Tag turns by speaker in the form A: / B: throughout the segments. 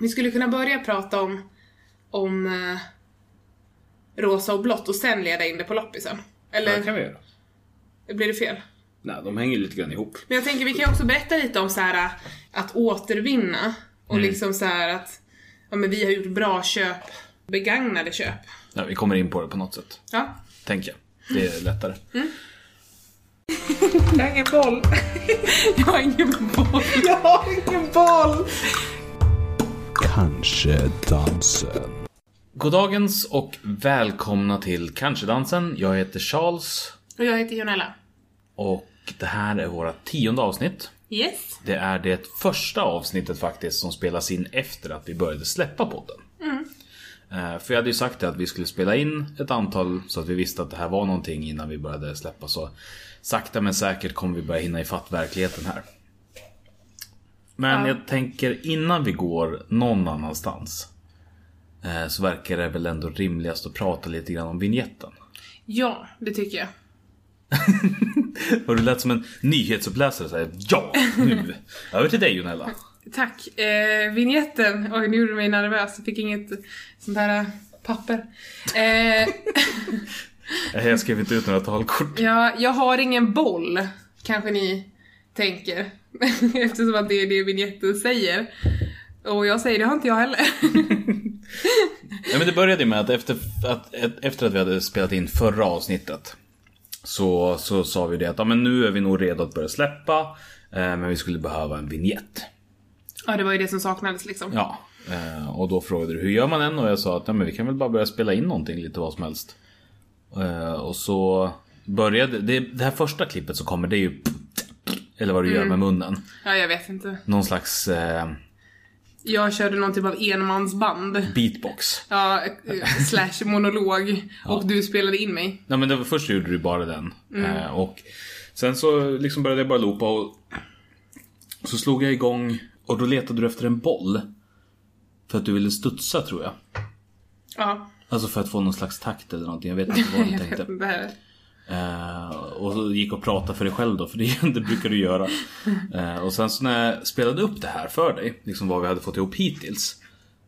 A: Vi skulle kunna börja prata om, om eh, rosa och blått och sen leda in det på loppisen.
B: Ja,
A: Eller
B: det kan vi göra.
A: blir det fel?
B: Nej, de hänger ju lite grann ihop.
A: Men jag tänker vi kan ju också berätta lite om så här att återvinna och liksom så här att ja, men vi har gjort bra köp, begagnade köp.
B: Ja, vi kommer in på det på något sätt,
A: Ja.
B: tänker jag. Det är lättare.
A: Jag har ingen boll. Jag har ingen boll. Jag har ingen boll.
C: Kanske dansen.
B: Goddagens och välkomna till Kanske dansen. Jag heter Charles
A: Och jag heter Jonella.
B: och det här är våra tionde avsnitt.
A: Yes.
B: Det är det första avsnittet faktiskt som spelas in efter att vi började släppa podden. Eh, För jag hade ju sagt det att vi skulle spela in ett antal så att vi visste att det här var någonting innan vi började släppa. Så sakta men säkert kommer vi börja hinna ifatt verkligheten här. Men jag tänker innan vi går någon annanstans. eh, Så verkar det väl ändå rimligast att prata lite grann om vignetten.
A: Ja, det tycker jag.
B: Och du lät som en nyhetsuppläsare såhär, ja nu! Över till dig Jonella.
A: Tack. Eh, vignetten. Oj, nu gjorde du mig nervös. Jag fick inget sånt här papper. Eh,
B: Eh, Jag skrev inte ut några talkort.
A: ja, jag har ingen boll, kanske ni tänker. Eftersom att det är det vignetten säger. Och jag säger, det har inte jag heller.
B: Ja, men det började ju med att efter att, ett- efter att vi hade spelat in förra avsnittet så, så sa vi det att ja, men nu är vi nog redo att börja släppa eh, men vi skulle behöva en vignett.
A: ja, det var ju det som saknades liksom.
B: Ja, eh, och då frågade du hur gör man en och jag sa att ja, men vi kan väl bara börja spela in någonting lite vad som helst. Eh, och så började det, det här första klippet så kommer det ju eller vad du gör med munnen.
A: Ja, jag vet inte.
B: Någon slags eh,
A: Jag körde någon typ av enmansband.
B: beatbox.
A: Ja, eh, slash monolog. Och du spelade in mig.
B: Nej men det var, först gjorde du bara den. Eh, och sen så liksom började jag bara loopa och så slog jag igång och då letade du efter en boll. För att du ville studsa tror jag.
A: Ja.
B: Alltså för att få någon slags takt eller någonting. Jag vet inte vad du tänkte.
A: Det här.
B: Eh, och så gick och pratade för dig själv då, för det, det brukar du göra. Eh, och sen så när jag spelade upp det här för dig, liksom vad vi hade fått ihop hittills.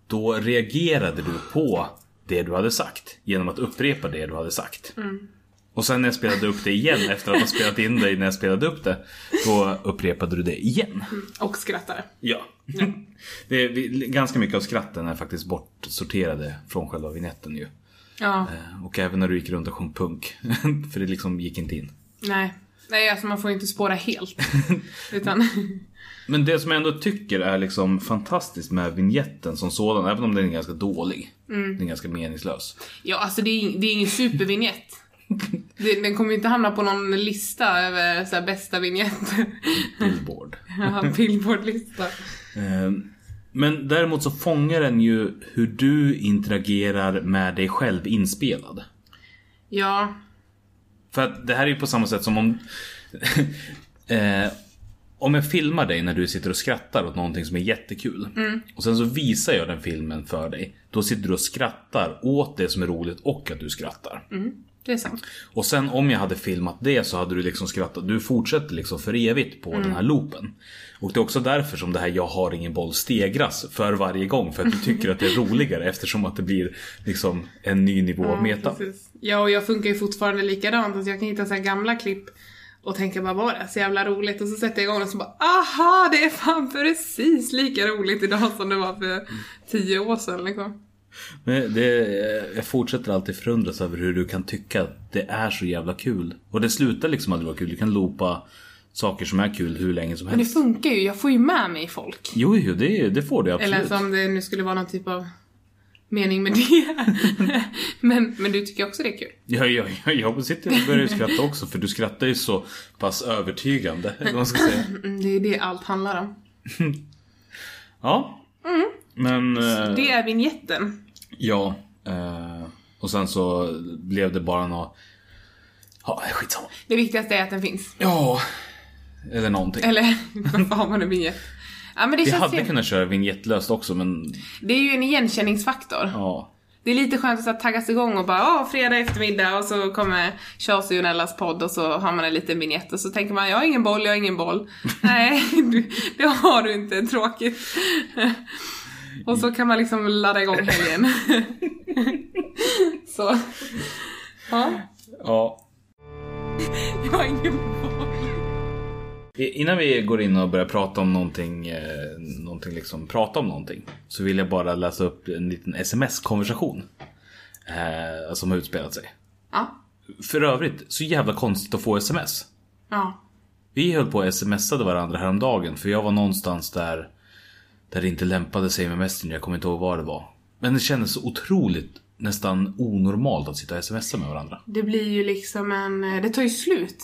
B: Då reagerade du på det du hade sagt genom att upprepa det du hade sagt. Och sen när jag spelade upp det igen efter att ha spelat in dig när jag spelade upp det. Då upprepade du det igen.
A: Och skrattade.
B: Ja. Det är, vi- ganska mycket av skratten är faktiskt bortsorterade från själva vignetten ju.
A: Ja.
B: Eh, Och även när du gick runt och sjöng punk. För det liksom gick inte in.
A: Nej. Nej, alltså man får ju inte spåra helt. Utan...
B: Men det som jag ändå tycker är liksom fantastiskt med vignetten som sådan, även om den är ganska dålig. Den är ganska meningslös.
A: Ja, alltså det är, ing- det är ingen supervinjett. Det- Den kommer ju inte hamna på någon lista över så här, bästa vinjetter.
B: Billboard.
A: Ja, Billboard-lista.
B: Eh, Men däremot så fångar den ju hur du interagerar med dig själv inspelad.
A: Ja.
B: För att det här är ju på samma sätt som om... eh, om jag filmar dig när du sitter och skrattar åt någonting som är jättekul. Och sen så visar jag den filmen för dig. Då sitter du och skrattar åt det som är roligt och att du skrattar.
A: Det är sant.
B: Och sen om jag hade filmat det så hade du liksom skrattat. Du fortsätter liksom för evigt på den
A: Mm.
B: här loopen. Och det är också därför som det här jag har ingen boll stegras för varje gång. För att du tycker att det är roligare eftersom att det blir liksom en ny nivå av meta.
A: Precis. Ja, och jag funkar ju fortfarande likadant. Alltså jag kan hitta så här gamla klipp och tänka bara var det så jävla roligt och så sätter jag igång och så bara aha det är fan precis lika roligt idag som det var för tio år sedan liksom.
B: Men det, jag fortsätter alltid förundras över hur du kan tycka att det är så jävla kul. Och det slutar liksom aldrig vara kul. Du kan loopa saker som är kul hur länge som
A: Men det
B: helst.
A: funkar ju, jag får ju med mig folk.
B: Jo, jo det, det får du absolut.
A: Eller som det nu skulle vara någon typ av mening med det. men, men du tycker också det är kul.
B: Ja, ja, ja, jag sitter och börjar ju skratta också för du skrattar ju så pass övertygande. Eller vad man ska säga.
A: Mm, det är det allt handlar om.
B: Ja. Men... eh,
A: Det är vignetten.
B: Ja. eh, och sen så blev det bara nå... Ja, skitsamma.
A: Det viktigaste är att den finns.
B: Ja. Eller någonting.
A: Eller varför har man en vignett? Ja men det
B: Vi
A: känns
B: hade
A: trevligt.
B: kunnat köra vignettlöst också men
A: Det är ju en igenkänningsfaktor.
B: ja.
A: Det är lite skönt att så här taggas igång och bara åh, fredag eftermiddag och så kommer Charles och Jonellas podd och så har man en liten vignett och så tänker man jag har ingen boll, jag har ingen boll. Nej, du, det har du inte, tråkigt. Och så kan man liksom ladda igång helgen. så. Ja.
B: Ja.
A: Jag har ingen boll.
B: I- Innan vi går in och börjar prata om någonting, eh, någonting liksom, prata om någonting. Så vill jag bara läsa upp en liten sms-konversation. Eh, som har utspelat sig.
A: Ja.
B: För övrigt, så jävla konstigt att få sms.
A: Ja.
B: Vi höll på och smsade varandra häromdagen för jag var någonstans där där det inte lämpade sig med Messenger, jag kommer inte ihåg var det var. Men det kändes så otroligt, nästan onormalt att sitta och smsa med varandra.
A: Det blir ju liksom en... eh, Det tar ju slut.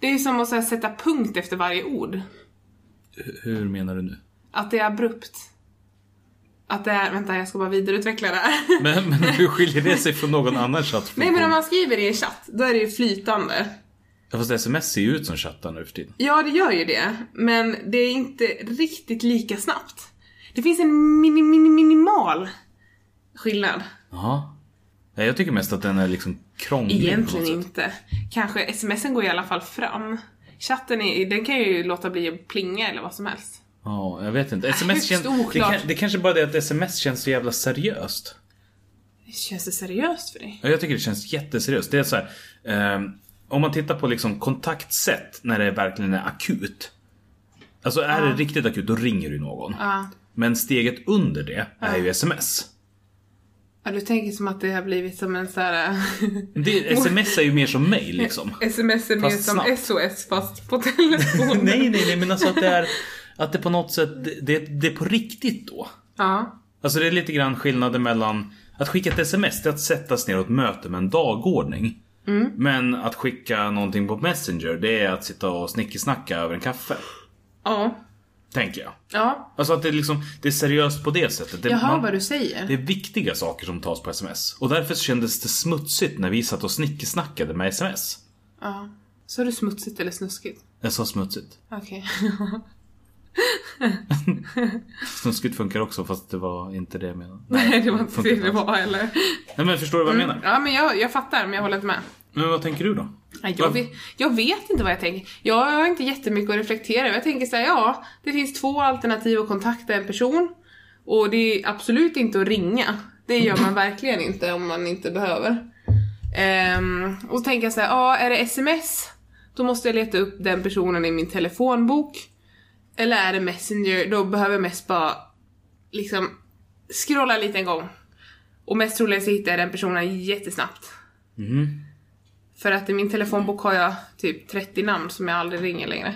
A: Det är ju som att så här, sätta punkt efter varje ord.
B: H- Hur menar du nu?
A: Att det är abrupt. Att det är... Vänta, jag ska bara vidareutveckla det här.
B: Men, men hur skiljer det sig från någon annan chatt?
A: Nej men om man skriver det i chatt, då är det ju flytande.
B: Ja, Fast sms ser ju ut som chattar nu för tiden.
A: Ja, det gör ju det. Men det är inte riktigt lika snabbt. Det finns en mini, mini, minimal skillnad.
B: Jaha. Nej, jag tycker mest att den är liksom krånglig.
A: Egentligen
B: på något sätt.
A: inte. Kanske smsen går i alla fall fram. Chatten är, den kan ju låta bli att plinga eller vad som helst.
B: Ja, jag vet inte. Sms
A: Högst
B: känns... Det,
A: oklart.
B: kan, det kanske bara är det att sms känns så jävla seriöst.
A: Känns det seriöst för dig?
B: Ja, jag tycker det känns jätteseriöst. Det är så här, ehm, om man tittar på liksom kontaktsätt när det verkligen är akut. Alltså är det riktigt akut då ringer du någon.
A: Ja.
B: Men steget under det är ju sms.
A: ja, du tänker som att det har blivit som en sån här...
B: Det, sms är ju mer som mail liksom.
A: sms är mer
B: Fast
A: som
B: snabbt.
A: SOS fast på telefonen.
B: nej, nej, nej, men alltså att det är, att det på något sätt, det, det, det är på riktigt då.
A: Ja.
B: Alltså det är lite grann skillnaden mellan att skicka ett sms, det är att sättas ner och ett möte med en dagordning. Men att skicka någonting på Messenger, det är att sitta och snickesnacka över en kaffe.
A: Ja.
B: Tänker jag.
A: Ja.
B: Alltså att det är, liksom, det är seriöst på det sättet. Det,
A: Jag hör
B: man-
A: vad du säger.
B: det är viktiga saker som tas på sms. Och därför kändes det smutsigt när vi satt och snickesnackade med sms.
A: Ja. Så är det smutsigt eller snuskigt?
B: Jag sa smutsigt.
A: Okej.
B: Snuskigt funkar också fast det var inte det jag menade.
A: Nej, det var inte
B: funkar
A: det det
B: alls.
A: var heller.
B: Nej men förstår du vad jag menar?
A: Ja, men jag, jag fattar, men jag håller inte med.
B: Men vad tänker du då?
A: Nej,
B: Vad-
A: Jag vet, jag vet inte vad jag tänker. Jag har inte jättemycket att reflektera över. Jag tänker så här, ja, det finns två alternativ att kontakta en person. Och det är absolut inte att ringa. Det gör man verkligen inte om man inte behöver. Ehm, och så tänker jag så här, ja, är det sms? Då måste jag leta upp den personen i min telefonbok. Eller är det Messenger? Då behöver jag mest bara liksom scrolla lite en gång. Och mest troligen så hittar jag den personen jättesnabbt. För att i min telefonbok har jag typ 30 namn som jag aldrig ringer längre.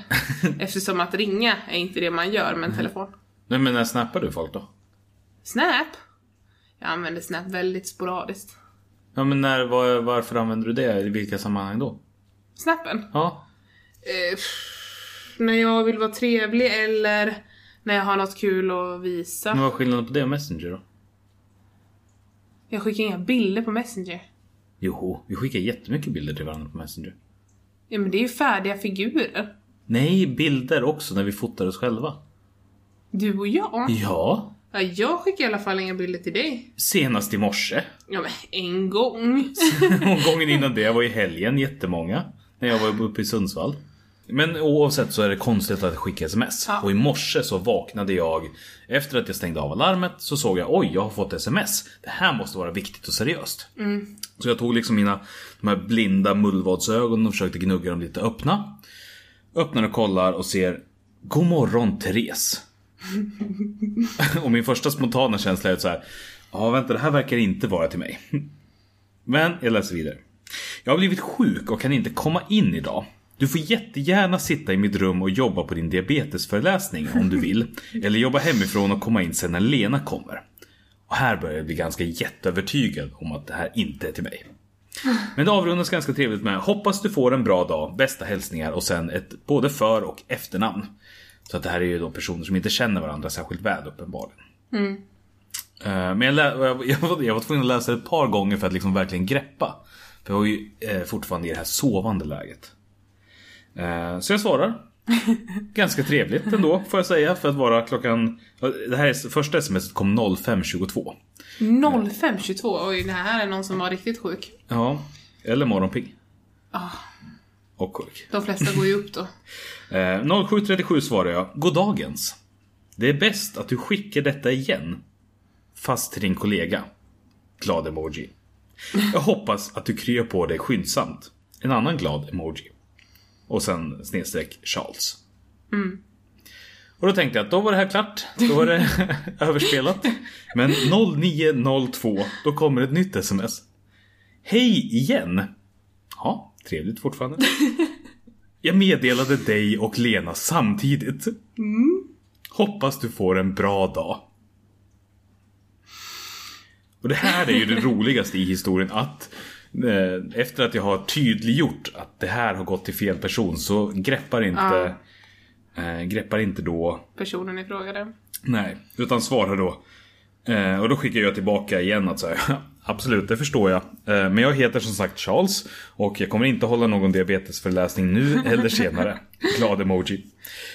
A: Eftersom att ringa är inte det man gör med en telefon.
B: Nej men när snappar du folk då?
A: Snap! Jag använder Snap väldigt sporadiskt.
B: Ja men när, var, varför använder du det? I vilka sammanhang då?
A: Snappen?
B: Ja.
A: Eh, pff, när jag vill vara trevlig eller när jag har något kul att
B: Men
A: visa.
B: vad är skillnaden på det och Messenger då?
A: Jag skickar inga bilder på Messenger.
B: Joho, vi skickar jättemycket bilder till varandra på Messenger.
A: Ja men det är ju färdiga figurer.
B: Nej, bilder också när vi fotar oss själva.
A: Du och
B: Mm.
A: jag?
B: Ja,
A: Ja, jag skickar i alla fall inga bilder till dig.
B: senast i morse.
A: Ja men en gång.
B: Och gången innan det var i helgen jättemånga. När jag var uppe i Sundsvall. Men oavsett så är det konstigt att skicka sms.
A: Ja.
B: Och i morse så vaknade jag. Efter att jag stängde av alarmet så såg jag oj, jag har fått sms. Det här måste vara viktigt och seriöst. Så jag tog liksom mina de här blinda mullvadsögonen och försökte gnugga dem lite öppna. Öppnar och kollar och ser God morgon Therese. och min första spontana känsla är så här. Ja vänta det här verkar inte vara till mig. Men jag läser vidare. Jag har blivit sjuk och kan inte komma in idag. Du får jättegärna sitta i mitt rum och jobba på din diabetesföreläsning om du vill. Eller jobba hemifrån och komma in sen när Lena kommer. Och här börjar jag bli ganska jätteövertygad om att det här inte är till mig. Men det avrundas ganska trevligt med Hoppas du får en bra dag, bästa hälsningar och sen ett både för och efternamn. Så att det här är ju då personer som inte känner varandra särskilt väl uppenbarligen. Eh, Men jag, lä- jag, jag, var, jag var tvungen att läsa det ett par gånger för att liksom verkligen greppa. För jag var ju eh, fortfarande i det här sovande läget. Eh, så jag svarar. Ganska trevligt ändå får jag säga för att vara klockan... Det här är, första smset kom 05.22.
A: 05.22, oj det här är någon som var riktigt sjuk.
B: Ja, eller morgonpigg.
A: Ah.
B: Och sjuk.
A: De flesta går ju upp då.
B: Eh, 07.37 svarar jag. Goddagens. Det är bäst att du skickar detta igen. Fast till din kollega. Glad emoji. Jag hoppas att du kryar på dig skyndsamt. En annan glad emoji. Och sen snedstreck Charles. Mm. Och då tänkte jag att då var det här klart. Då var det överspelat. Men 0902, då kommer ett nytt sms. Hej igen! Ja, trevligt fortfarande. Jag meddelade dig och Lena samtidigt. Hoppas du får en bra dag. Och det här är ju det roligaste i historien att eh, efter att jag har tydliggjort att det här har gått till fel person så greppar inte, eh, greppar inte då
A: Personen i fråga det.
B: Nej, utan svarar då. Eh, och då skickar jag tillbaka igen att säga. Absolut, det förstår jag. Eh, men jag heter som sagt Charles och jag kommer inte hålla någon diabetesföreläsning nu eller senare. Glad emoji.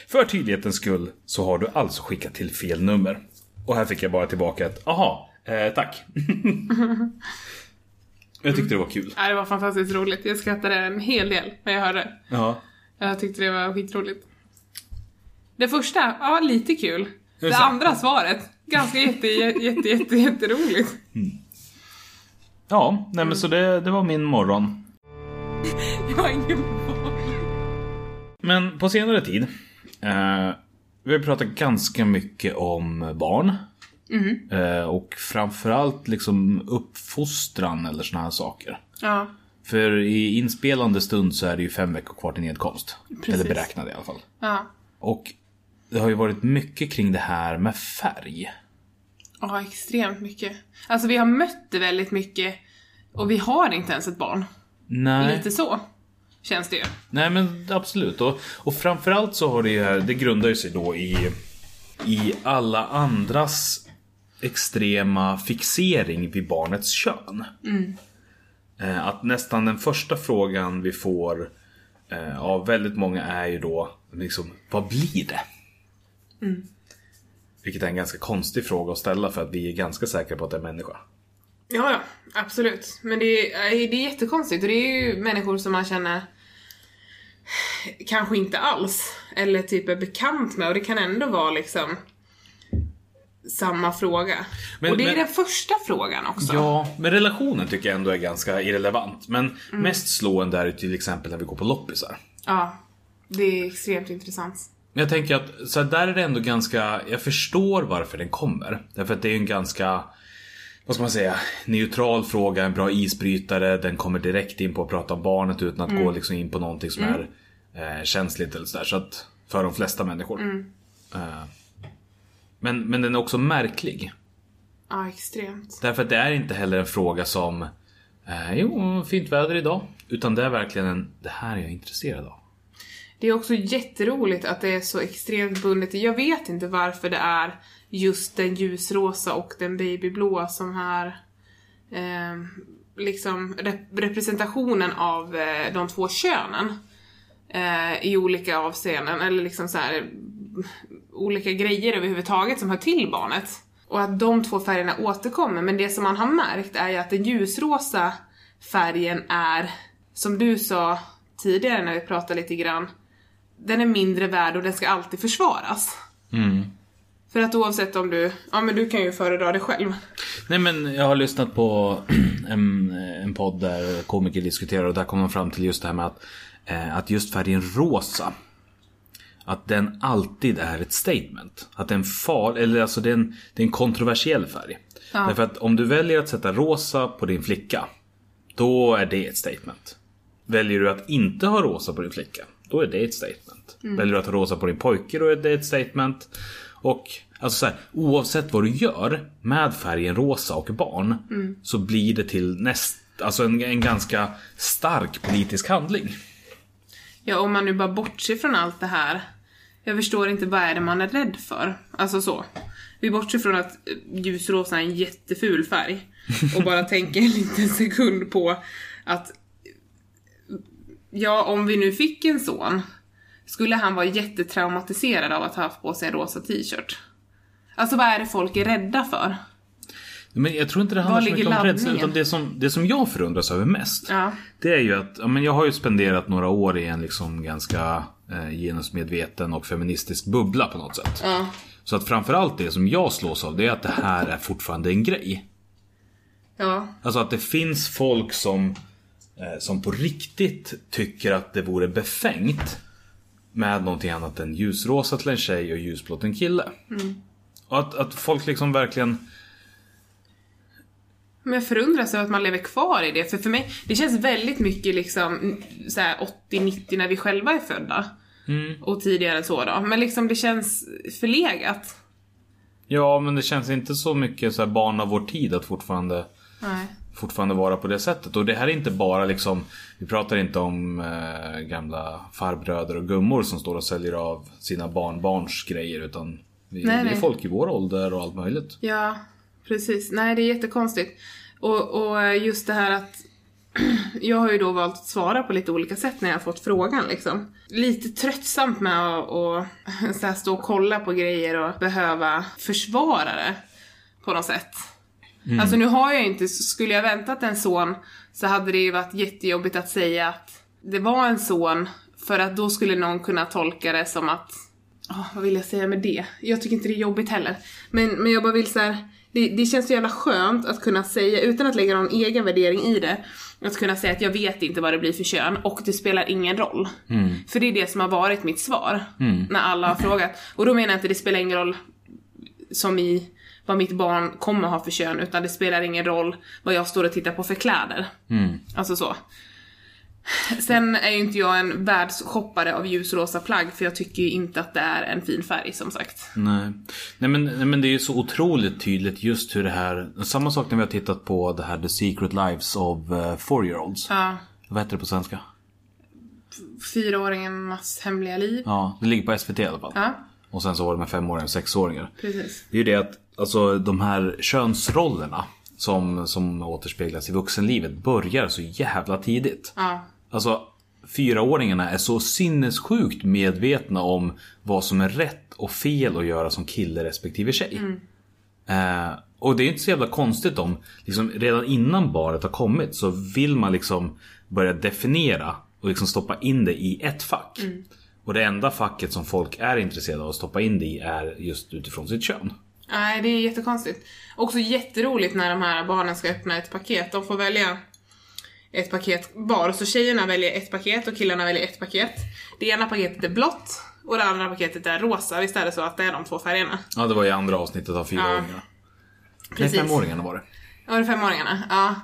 B: För tydlighetens skull så har du alltså skickat till fel nummer. Och här fick jag bara tillbaka ett aha, eh, tack. jag tyckte det var kul.
A: Ja, det var fantastiskt roligt. Jag skrattade en hel del när jag hörde det.
B: Ja.
A: Jag tyckte det var skitroligt. Det första, ja lite kul. Det,
B: är sant.
A: andra svaret, ganska jätte, jätte, jätte, jätte, jätteroligt.
B: Ja, nej men så det, det var min morgon.
A: Jag har ingen boll.
B: Men på senare tid. Eh, vi har pratat ganska mycket om barn. Eh, och framförallt liksom uppfostran eller såna här saker.
A: Ja,
B: För i inspelande stund så är det ju fem veckor kvar till nedkomst.
A: Precis.
B: Eller beräknad i alla fall.
A: ja.
B: Och det har ju varit mycket kring det här med färg.
A: Ja, extremt mycket. Alltså vi har mött det väldigt mycket och vi har inte ens ett barn.
B: Nej,
A: Lite så känns det ju.
B: Nej men absolut. Och, och framförallt så har det ju här, det grundar ju sig då i, i alla andras extrema fixering vid barnets kön. Eh, Att nästan den första frågan vi får eh, av väldigt många är ju då liksom, vad blir det? Vilket är en ganska konstig fråga att ställa för att vi är ganska säkra på att det är en människa.
A: Ja, ja, absolut. Men det är, eh, det är jättekonstigt och det är ju människor som man känner kanske inte alls eller typ är bekant med och det kan ändå vara liksom samma fråga.
B: Men-
A: och det är
B: men-
A: den första frågan också.
B: Ja, men relationen tycker jag ändå är ganska irrelevant. Men mest slående är det till exempel när vi går på loppisar.
A: Ja, det är extremt intressant.
B: Men jag tänker att så här, där är det ändå ganska, jag förstår varför den kommer. Därför att det är ju en ganska, vad ska man säga, neutral fråga, en bra isbrytare. Den kommer direkt in på att prata om barnet utan att gå liksom in på någonting som är eh, känsligt eller sådär. Så att, för de flesta människor. Eh, men, men den är också märklig.
A: Ja, extremt.
B: Därför att det är inte heller en fråga som eh, Jo, fint väder idag. Utan det är verkligen en, det här är jag intresserad av.
A: Det är också jätteroligt att det är så extremt bundet. Jag vet inte varför det är just den ljusrosa och den babyblåa som är eh, liksom rep- representationen av eh, de två könen eh, i olika avseenden eller liksom så här mm, olika grejer överhuvudtaget som hör till barnet. Och att de två färgerna återkommer men det som man har märkt är ju att den ljusrosa färgen är, som du sa tidigare när vi pratade lite grann, den är mindre värd och den ska alltid försvaras. För att oavsett om du, ja men du kan ju föredra det själv.
B: Nej men jag har lyssnat på en, en podd där komiker diskuterar och där kom de fram till just det här med att, eh, att just färgen rosa att den alltid är ett statement. Att den far, eller alltså det är en, det är en kontroversiell färg. Därför att om du väljer att sätta rosa på din flicka, då är det ett statement. Väljer du att inte ha rosa på din flicka, då är det ett statement. Väljer du att ha rosa på din pojke, då är det ett statement. Och alltså så här, oavsett vad du gör med färgen rosa och barn så blir det till näst, alltså en, en ganska stark politisk handling.
A: Ja, om man nu bara bortser från allt det här. Jag förstår inte vad är det man är rädd för. Alltså så. Vi bortser från att eh, ljusrosa är en jätteful färg. Och bara tänker en liten sekund på att ja, om vi nu fick en son skulle han vara jättetraumatiserad av att ha haft på sig en rosa t-shirt. Alltså vad är det folk är rädda för?
B: Men jag tror inte det handlar så
A: ligger
B: mycket om rädsla.
A: laddningen?
B: Utan det som, det som jag förundras över mest.
A: Ja.
B: Det är ju att ja, men jag har ju spenderat några år i en liksom ganska eh, genusmedveten och feministisk bubbla på något sätt.
A: Ja.
B: Så att framförallt det som jag slås av det är att det här är fortfarande en grej.
A: Ja.
B: Alltså att det finns folk som, eh, som på riktigt tycker att det vore befängt med någonting annat än ljusrosa till en tjej och ljusblått till en kille.
A: Mm.
B: Och att, att folk liksom verkligen...
A: Men jag förundras över att man lever kvar i det. För för mig, det känns väldigt mycket liksom så här 80-90 när vi själva är födda. Och tidigare än så då. Men liksom det känns förlegat.
B: Ja, men det känns inte så mycket så här barn av vår tid att fortfarande,
A: Nej.
B: fortfarande vara på det sättet. Och det här är inte bara liksom... Vi pratar inte om eh, gamla farbröder och gummor som står och säljer av sina barnbarns grejer utan vi,
A: Nej,
B: det är
A: nej.
B: folk i vår ålder och allt möjligt.
A: Ja, precis. Nej, det är jättekonstigt. Och, och just det här att jag har ju då valt att svara på lite olika sätt när jag har fått frågan liksom. Lite tröttsamt med att att så här stå och kolla på grejer och behöva försvara det på något sätt. Alltså nu har jag ju inte, skulle jag väntat en son så hade det ju varit jättejobbigt att säga att det var en son för att då skulle någon kunna tolka det som att, åh, vad vill jag säga med det? Jag tycker inte det är jobbigt heller. Men, men jag bara vill så här. Det, det känns så jävla skönt att kunna säga, utan att lägga någon egen värdering i det, att kunna säga att jag vet inte vad det blir för kön och det spelar ingen roll. För det är det som har varit mitt svar när alla har frågat. Och då menar jag inte det spelar ingen roll som i vad mitt barn kommer ha för kön utan det spelar ingen roll vad jag står och tittar på för kläder. Alltså så. Sen är ju inte jag en världsshoppare av ljusrosa plagg för jag tycker ju inte att det är en fin färg som sagt.
B: Nej. Nej, men, nej men det är ju så otroligt tydligt just hur det här Samma sak när vi har tittat på det här The Secret Lives of eh, Four-Year-Olds
A: Ja,
B: Vad heter det på svenska?
A: fyraåringarnas hemliga liv.
B: Ja, det ligger på SVT i alla fall
A: Ja,
B: Och sen så var det med femåringar och sexåringar
A: precis.
B: Det är ju det att alltså, de här könsrollerna som, som återspeglas i vuxenlivet börjar så jävla tidigt
A: Ja,
B: Alltså fyraåringarna är så sinnessjukt medvetna om vad som är rätt och fel att göra som kille respektive tjej. Eh, och det är inte så jävla konstigt om liksom, redan innan barnet har kommit så vill man liksom börja definiera och liksom stoppa in det i ett fack. Och det enda facket som folk är intresserade av att stoppa in det i är just utifrån sitt kön.
A: nej det är jättekonstigt. Också jätteroligt när de här barnen ska öppna ett paket. De får välja ett paket var. Så tjejerna väljer ett paket och killarna väljer ett paket. Det ena paketet är blått och det andra paketet är rosa. Visst är det så att det är de två färgerna?
B: Ja, det var i andra avsnittet av fyraåringarna. Nej,
A: Precis.
B: femåringarna var det.
A: Ja, det är femåringarna. Ja.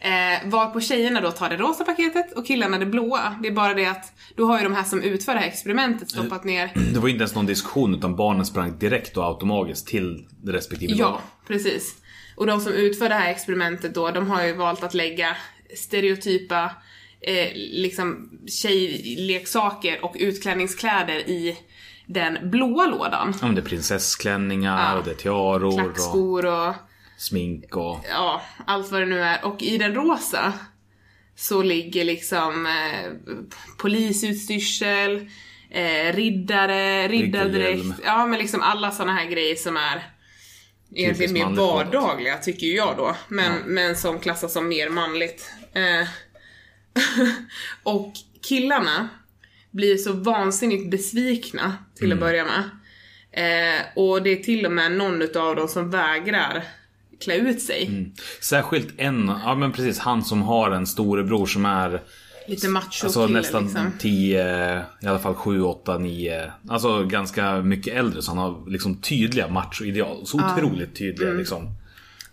A: Eh, var på tjejerna då tar det rosa paketet och killarna det blåa. Det är bara det att då har ju de här som utför det här experimentet stoppat ner.
B: Det var inte ens någon diskussion utan barnen sprang direkt och automatiskt till respektive
A: Ja,
B: dörr.
A: precis. Och de som utför det här experimentet då, de har ju valt att lägga stereotypa eh, liksom tjejleksaker och utklädningskläder i den blåa lådan.
B: Ja, men det är prinsessklänningar
A: Ja.
B: och det är tiaror och
A: Klackskor och
B: smink och...
A: ja, allt vad det nu är. Och i den rosa så ligger liksom eh, polisutstyrsel, eh, riddare, riddardirekt.
B: Riddarhjälm.
A: Ja men liksom alla såna här grejer som är egentligen mer
B: manligt våld.
A: vardagliga tycker ju jag då. Men, men som klassas som mer manligt. Eh, och killarna blir så vansinnigt besvikna till att börja med. Eh, och det är till och med någon utav dem som vägrar klä ut sig.
B: Mm. Särskilt en, ja men precis, han som har en storebror som är
A: Lite macho
B: alltså
A: kille
B: nästan
A: liksom.
B: 10, i alla fall 7, 8, 9, alltså ganska mycket äldre så han har liksom tydliga machoideal. Så otroligt tydliga
A: Mm.
B: liksom.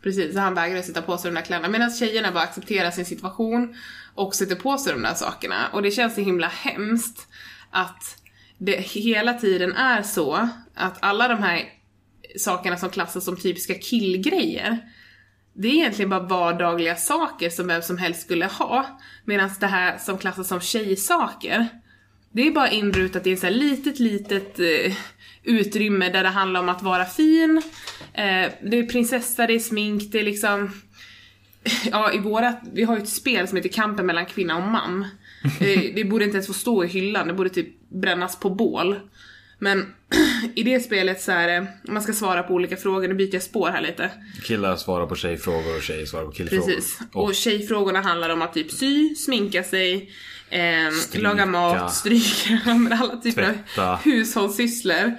A: Precis, så han vägrar sätta på sig de där kläderna. Medan tjejerna bara accepterar sin situation och sätter på sig de där sakerna. Och det känns så himla hemskt att det hela tiden är så att alla de här sakerna som klassas som typiska killgrejer det är egentligen bara vardagliga saker som vem som helst skulle ha. Medan det här som klassas som tjejsaker, det är bara inrutat i ett så här litet, litet eh, utrymme där det handlar om att vara fin. Eh, det är prinsessa, det är smink, det är liksom... Ja, i vårat, vi har ju ett spel som heter Kampen mellan kvinna och man. Eh, det borde inte ens få stå i hyllan, det borde typ brännas på bål. Men i det spelet så är det, man ska svara på olika frågor, nu byter jag spår här lite.
B: Killar svarar på tjejfrågor och tjejer svarar på killfrågor.
A: Precis.
B: Och,
A: Och tjejfrågorna handlar om att typ sy, sminka sig, ehm, laga mat, stryka, men alla typer av
B: Tvätta.
A: hushållssysslor.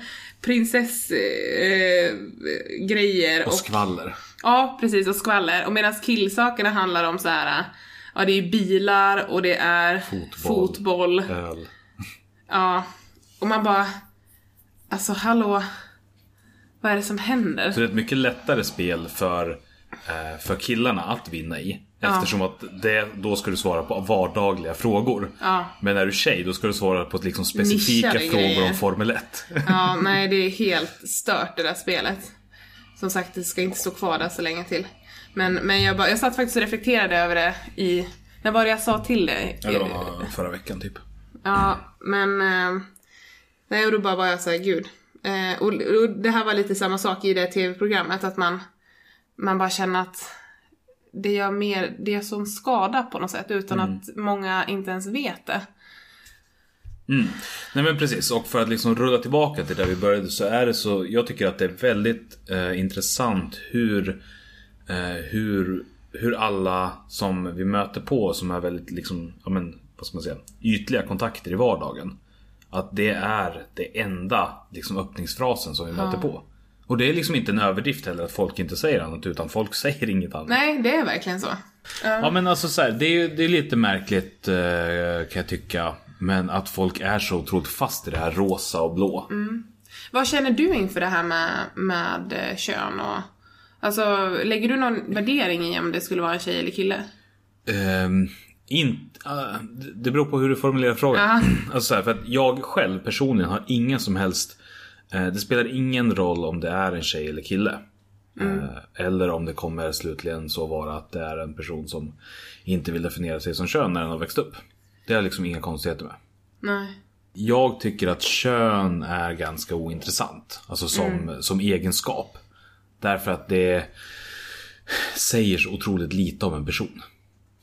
A: prinsessgrejer. Eh, grejer
B: Och
A: och
B: skvaller.
A: Ja, precis. Och skvaller. Och medan killsakerna handlar om så här. Ja, det är ju bilar och det är
B: Fotboll.
A: fotboll.
B: Öl.
A: Ja. Och man bara... Alltså, hallå. Vad är det som händer?
B: Så det är ett mycket lättare spel för, eh, för killarna att vinna i.
A: Ja.
B: Eftersom att det, då ska du svara på vardagliga frågor.
A: Ja.
B: Men är du tjej då ska du svara på liksom specifika
A: Nischade
B: frågor
A: grejer.
B: om Formel 1.
A: Ja, nej, det är helt stört det där spelet. Som sagt, det ska inte stå kvar där så länge till. Men, men jag, bara, jag satt faktiskt och reflekterade över det i... När var det jag sa till dig?
B: Eller vad Eh, förra veckan typ.
A: Ja, men... Eh, nej, och då bara var jag såhär, gud. Eh, och, och det här var lite samma sak i det tv-programmet, att man, man bara känner att det gör, mer, det gör sån skada på något sätt utan att många inte ens vet det.
B: Nej men precis, och för att liksom rulla tillbaka till där vi började så är det så, jag tycker att det är väldigt eh, intressant hur, eh, hur, hur alla som vi möter på som är väldigt liksom, ja men vad ska man säga, ytliga kontakter i vardagen. Att det är det enda liksom, öppningsfrasen som vi möter på. Och det är liksom inte en överdrift heller att folk inte säger annat utan folk säger inget annat.
A: Nej, det är verkligen så.
B: Ja men alltså så här, det är ju det är lite märkligt eh, kan jag tycka. Men att folk är så otroligt fast i det här rosa och blå.
A: Vad känner du inför det här med, med eh, kön och... Alltså, lägger du någon värdering i om det skulle vara en tjej eller kille?
B: Ehm, inte- ah, det- det beror på hur du formulerar frågan.
A: Ja.
B: Alltså så här, för att jag själv personligen har ingen som helst... eh, det spelar ingen roll om det är en tjej eller kille. Eh, eller om det kommer slutligen så vara att det är en person som inte vill definiera sig som kön när den har växt upp. Det är liksom inga konstigheter med.
A: Nej.
B: Jag tycker att kön är ganska ointressant. Alltså som, som egenskap. Därför att det säger så otroligt lite om en person.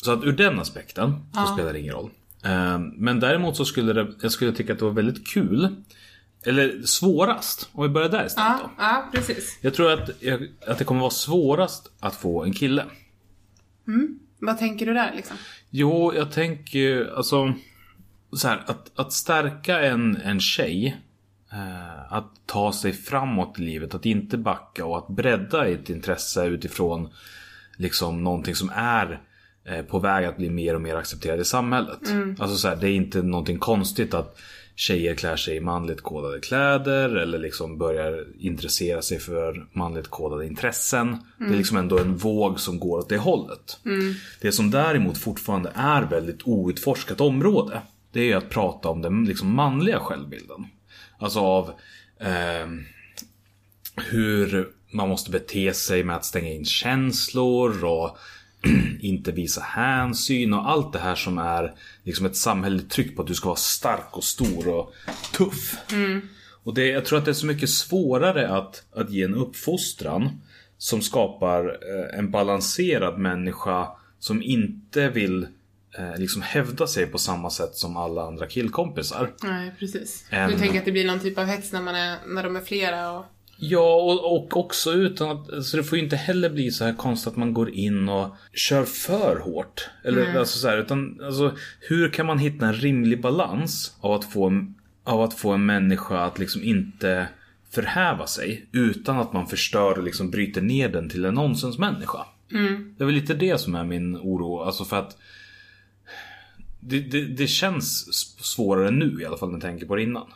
B: Så att ur den aspekten så spelar det ingen roll. Ehm, Men däremot så skulle det, jag skulle tycka att det var väldigt kul. Eller svårast, om vi börjar där istället då.
A: Ja, ja precis.
B: Jag tror att, jag- att det kommer vara svårast att få en kille.
A: Vad tänker du där liksom?
B: Jo, jag tänker ju alltså så här, att, att stärka en, en tjej. Eh, att ta sig framåt i livet, att inte backa och att bredda ett intresse utifrån liksom någonting som är eh, på väg att bli mer och mer accepterad i samhället. Alltså så här, det är inte någonting konstigt att tjejer klär sig i manligt kodade kläder eller liksom börjar intressera sig för manligt kodade intressen. Det är liksom ändå en våg som går åt det hållet. Det som däremot fortfarande är väldigt outforskat område det är ju att prata om den liksom manliga självbilden. Alltså av ehm, hur man måste bete sig med att stänga in känslor och inte visa hänsyn och allt det här som är liksom ett samhälleligt tryck på att du ska vara stark och stor och tuff. Och det, jag tror att det är så mycket svårare att, att ge en uppfostran som skapar eh, en balanserad människa som inte vill eh, liksom hävda sig på samma sätt som alla andra killkompisar.
A: Nej, precis.
B: En-
A: Du tänker att det blir någon typ av hets när, man är, när de är flera och...
B: Ja, och, och också utan att... Så det får ju inte heller bli så här konstigt att man går in och kör för hårt. Eller alltså så här, utan alltså, hur kan man hitta en rimlig balans av att få en, av att få en människa att liksom inte förhäva sig utan att man förstör och liksom bryter ner den till en nonsensmänniska.
A: Mm.
B: Det är väl lite det som är min oro, alltså för att det, det, det känns s- svårare nu i alla fall när jag tänker på det innan.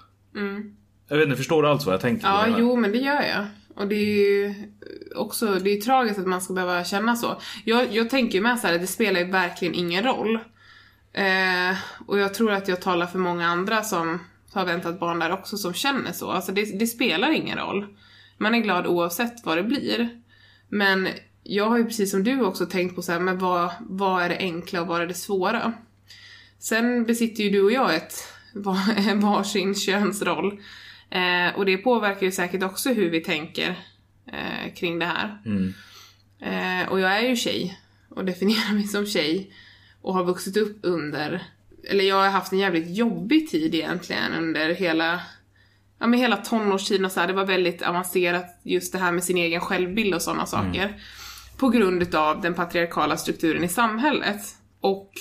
B: Jag vet inte, förstår du alls vad jag tänker?
A: Mm. Ja,
B: Jag menar-
A: jo men det gör jag. Och det är ju också, det är ju tragiskt att man ska behöva känna så. Jag, jag tänker ju med så här, det spelar ju verkligen ingen roll. Eh, och jag tror att jag talar för många andra som har väntat barn där också som känner så. Alltså det, det spelar ingen roll. Man är glad oavsett vad det blir. Men jag har ju precis som du också tänkt på så här, men vad, vad är det enkla och vad är det svåra? Sen besitter ju du och jag ett var- varsin könsroll. Eh, och det påverkar ju säkert också hur vi tänker eh, kring det här.
B: Mm.
A: Eh, och jag är ju tjej och definierar mig som tjej och har vuxit upp under, eller jag har haft en jävligt jobbig tid egentligen under hela Ja men hela tonårstiden och så här, det var väldigt avancerat just det här med sin egen självbild och sådana saker. På grund utav den patriarkala strukturen i samhället. Och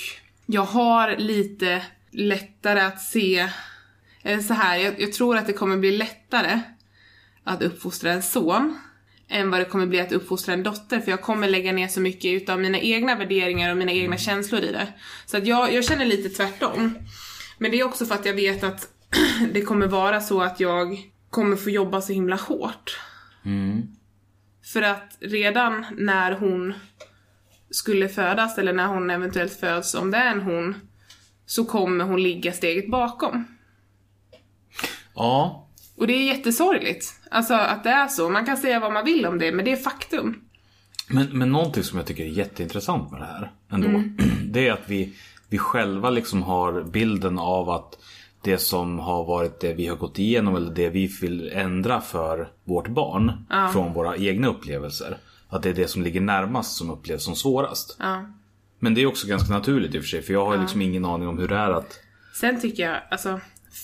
A: jag har lite eh, lättare att se, eller så här, jag, jag tror att det kommer bli lättare att uppfostra en son än vad det kommer bli att uppfostra en dotter för jag kommer lägga ner så mycket utav mina egna värderingar och mina egna känslor i det. Så att jag, jag känner lite tvärtom. Men det är också för att jag vet att det kommer vara så att jag kommer få jobba så himla hårt. För att redan när hon skulle födas eller när hon eventuellt föds, om det är en hon, så kommer hon ligga steget bakom.
B: Ja,
A: Och det är jättesorgligt. Alltså att det är så. Man kan säga vad man vill om det, men det är faktum.
B: Men, men någonting som jag tycker är jätteintressant med det här ändå. Det är att vi, vi själva liksom har bilden av att det som har varit det vi har gått igenom eller det vi vill ändra för vårt barn från våra egna upplevelser. Att det är det som ligger närmast som upplevs som svårast.
A: Ja.
B: Men det är också ganska naturligt i och för sig för jag har liksom ingen aning om hur det är att...
A: Sen tycker jag, alltså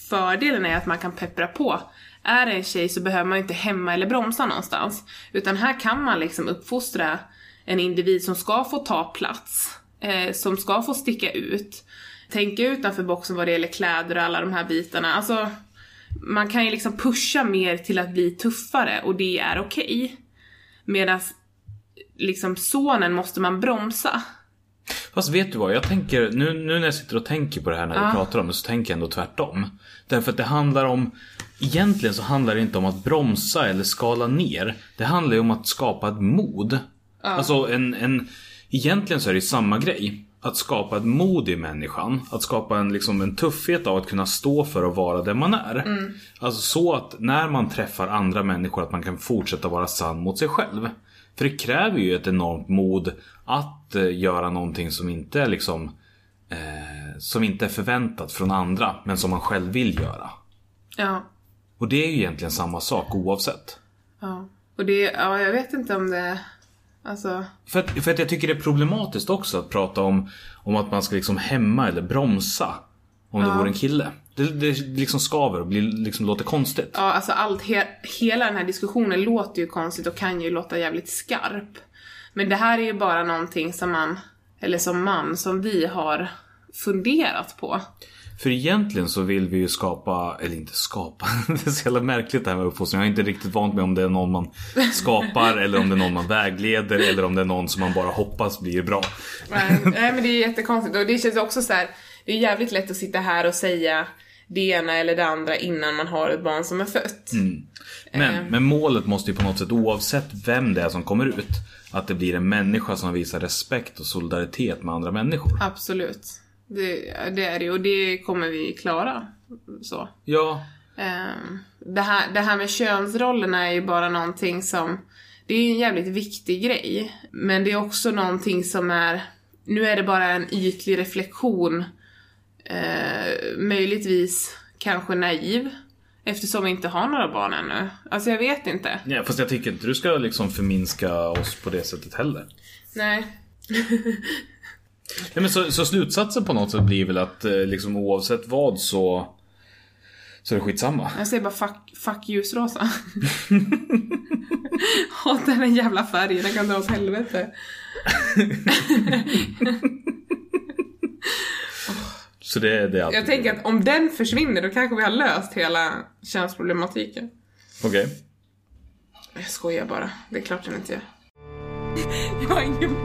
A: fördelen är att man kan peppra på. Är det en tjej så behöver man ju inte hämma eller bromsa någonstans. Utan här kan man liksom uppfostra en individ som ska få ta plats, eh, som ska få sticka ut. Tänka utanför boxen vad det gäller kläder och alla de här bitarna. Alltså, man kan ju liksom pusha mer till att bli tuffare och det är okej. Medan liksom sonen måste man bromsa.
B: Fast vet du vad, jag tänker, nu, nu när jag sitter och tänker på det här när vi pratar om det så tänker jag ändå tvärtom. Därför att det handlar om, egentligen så handlar det inte om att bromsa eller skala ner. Det handlar ju om att skapa ett mod. Alltså en, en, egentligen så är det ju samma grej. Att skapa ett mod i människan. Att skapa en, liksom, en tuffhet av att kunna stå för och vara den man är. Alltså så att när man träffar andra människor att man kan fortsätta vara sann mot sig själv. För det kräver ju ett enormt mod att eh, göra någonting som inte är liksom eh, som inte är förväntat från andra men som man själv vill göra.
A: Ja.
B: Och det är ju egentligen samma sak oavsett.
A: Ja. Och det, ja jag vet inte om det, alltså.
B: För att, för att jag tycker det är problematiskt också att prata om, om att man ska liksom hämma eller bromsa om det vore en kille. Det, det liksom skaver och blir, liksom låter konstigt.
A: Ja, alltså allt, he, hela den här diskussionen låter ju konstigt och kan ju låta jävligt skarp. Men det här är ju bara någonting som man, eller som man, som vi har funderat på.
B: För egentligen så vill vi ju skapa, eller inte skapa, det är så jävla märkligt det här med uppfostran. Jag är inte riktigt vant med om det är någon man skapar eller om det är någon man vägleder eller om det är någon som man bara hoppas blir bra.
A: Nej, nej men det är jättekonstigt och det känns också så här. det är jävligt lätt att sitta här och säga det ena eller det andra innan man har ett barn som är fött.
B: Men, men målet måste ju på något sätt oavsett vem det är som kommer ut, att det blir en människa som visar respekt och solidaritet med andra människor.
A: Absolut. Det, det är det och det kommer vi klara. Så.
B: Ja,
A: Ehm, det, här, det här med könsrollerna är ju bara någonting som, det är ju en jävligt viktig grej. Men det är också någonting som är, nu är det bara en ytlig reflektion, eh, möjligtvis kanske naiv, eftersom vi inte har några barn ännu. Alltså jag vet inte.
B: nej, fast jag tycker inte du ska liksom förminska oss på det sättet heller.
A: Nej.
B: Nej, men så, så slutsatsen på något sätt blir väl att eh, liksom, oavsett vad så, så är det skitsamma.
A: Jag säger bara fuck, fuck ljusrosa. Hatar den jävla färgen, den kan dra åt helvete.
B: Så det, det är allt.
A: Jag tänker att om den försvinner då kanske vi har löst hela könsproblematiken.
B: Okej.
A: Jag skojar bara. Det är klart den inte gör.
D: Jag har ingen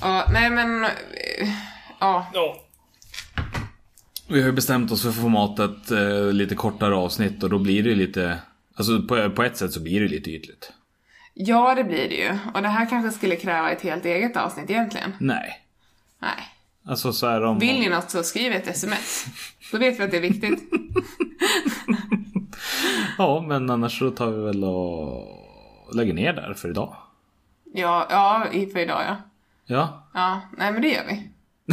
A: Ja, nej men... eh, Ja.
B: Vi har ju bestämt oss för formatet eh, lite kortare avsnitt och då blir det ju lite... Alltså på, på ett sätt så blir det lite ytligt.
A: ja, det blir det ju. Och det här kanske skulle kräva ett helt eget avsnitt egentligen.
B: Nej.
A: Nej.
B: Alltså så här om...
A: Vill ni något så skriv ett sms. Då vet vi att det är viktigt.
B: Ja, men annars så tar vi väl och lägger ner där för idag.
A: Ja, ja i- för idag ja.
B: Ja.
A: Ja, nej men det gör vi.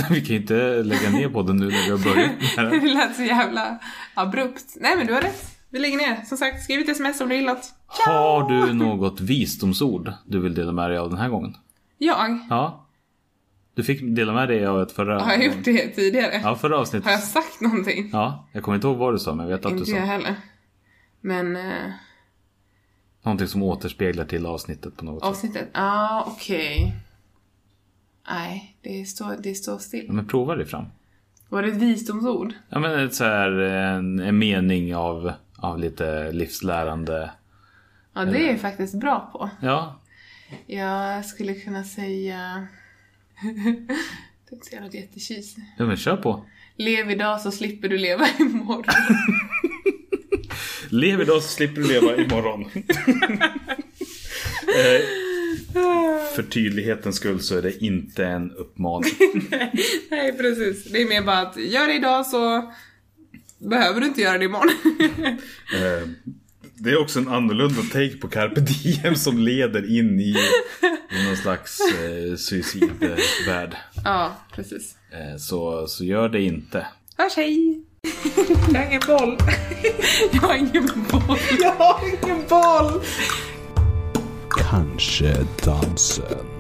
B: Vi kan ju inte lägga ner podden nu när vi har börjat med det.
A: Det lät så jävla abrupt. Nej men du har rätt. Vi lägger ner. Som sagt, skriv ett sms om du vill något.
B: Har du något visdomsord du vill dela med dig av den här gången?
A: Jag?
B: Ja. Du fick dela med dig av ett förra...
A: Har jag gjort det tidigare?
B: Ja, förra avsnittet.
A: Har jag sagt någonting?
B: Ja, jag kommer inte ihåg vad du sa men jag vet att du
A: Inte jag
B: sa
A: heller. Men... eh,
B: någonting som återspeglar till avsnittet på något sätt.
A: Avsnittet? Ja, ah, okej. Nej, det står, det står
B: Ja,
A: still.
B: men prova dig fram.
A: Var det ett visdomsord?
B: Ja men ett så här, en, en mening av, av lite livslärande.
A: Ja, det är jag faktiskt bra på.
B: Ja,
A: Jag skulle kunna säga... Tänkte säga något jättekysigt.
B: ja men kör på.
A: Lev idag så slipper du leva imorgon.
B: Lev idag så slipper du leva imorgon. eh, för tydlighetens skull så är det inte en uppmaning.
A: Nej, precis. Det är mer bara att gör det idag så behöver du inte göra det imorgon.
B: Eh, det är också en annorlunda take på carpe diem som leder in i, i någon slags eh, suicidvärld.
A: ja, precis.
B: Eh, så, så gör det inte.
A: Hörs, hej! Jag har ingen boll.
D: Jag har ingen boll.
A: Jag har ingen boll!
C: Kanske dansen.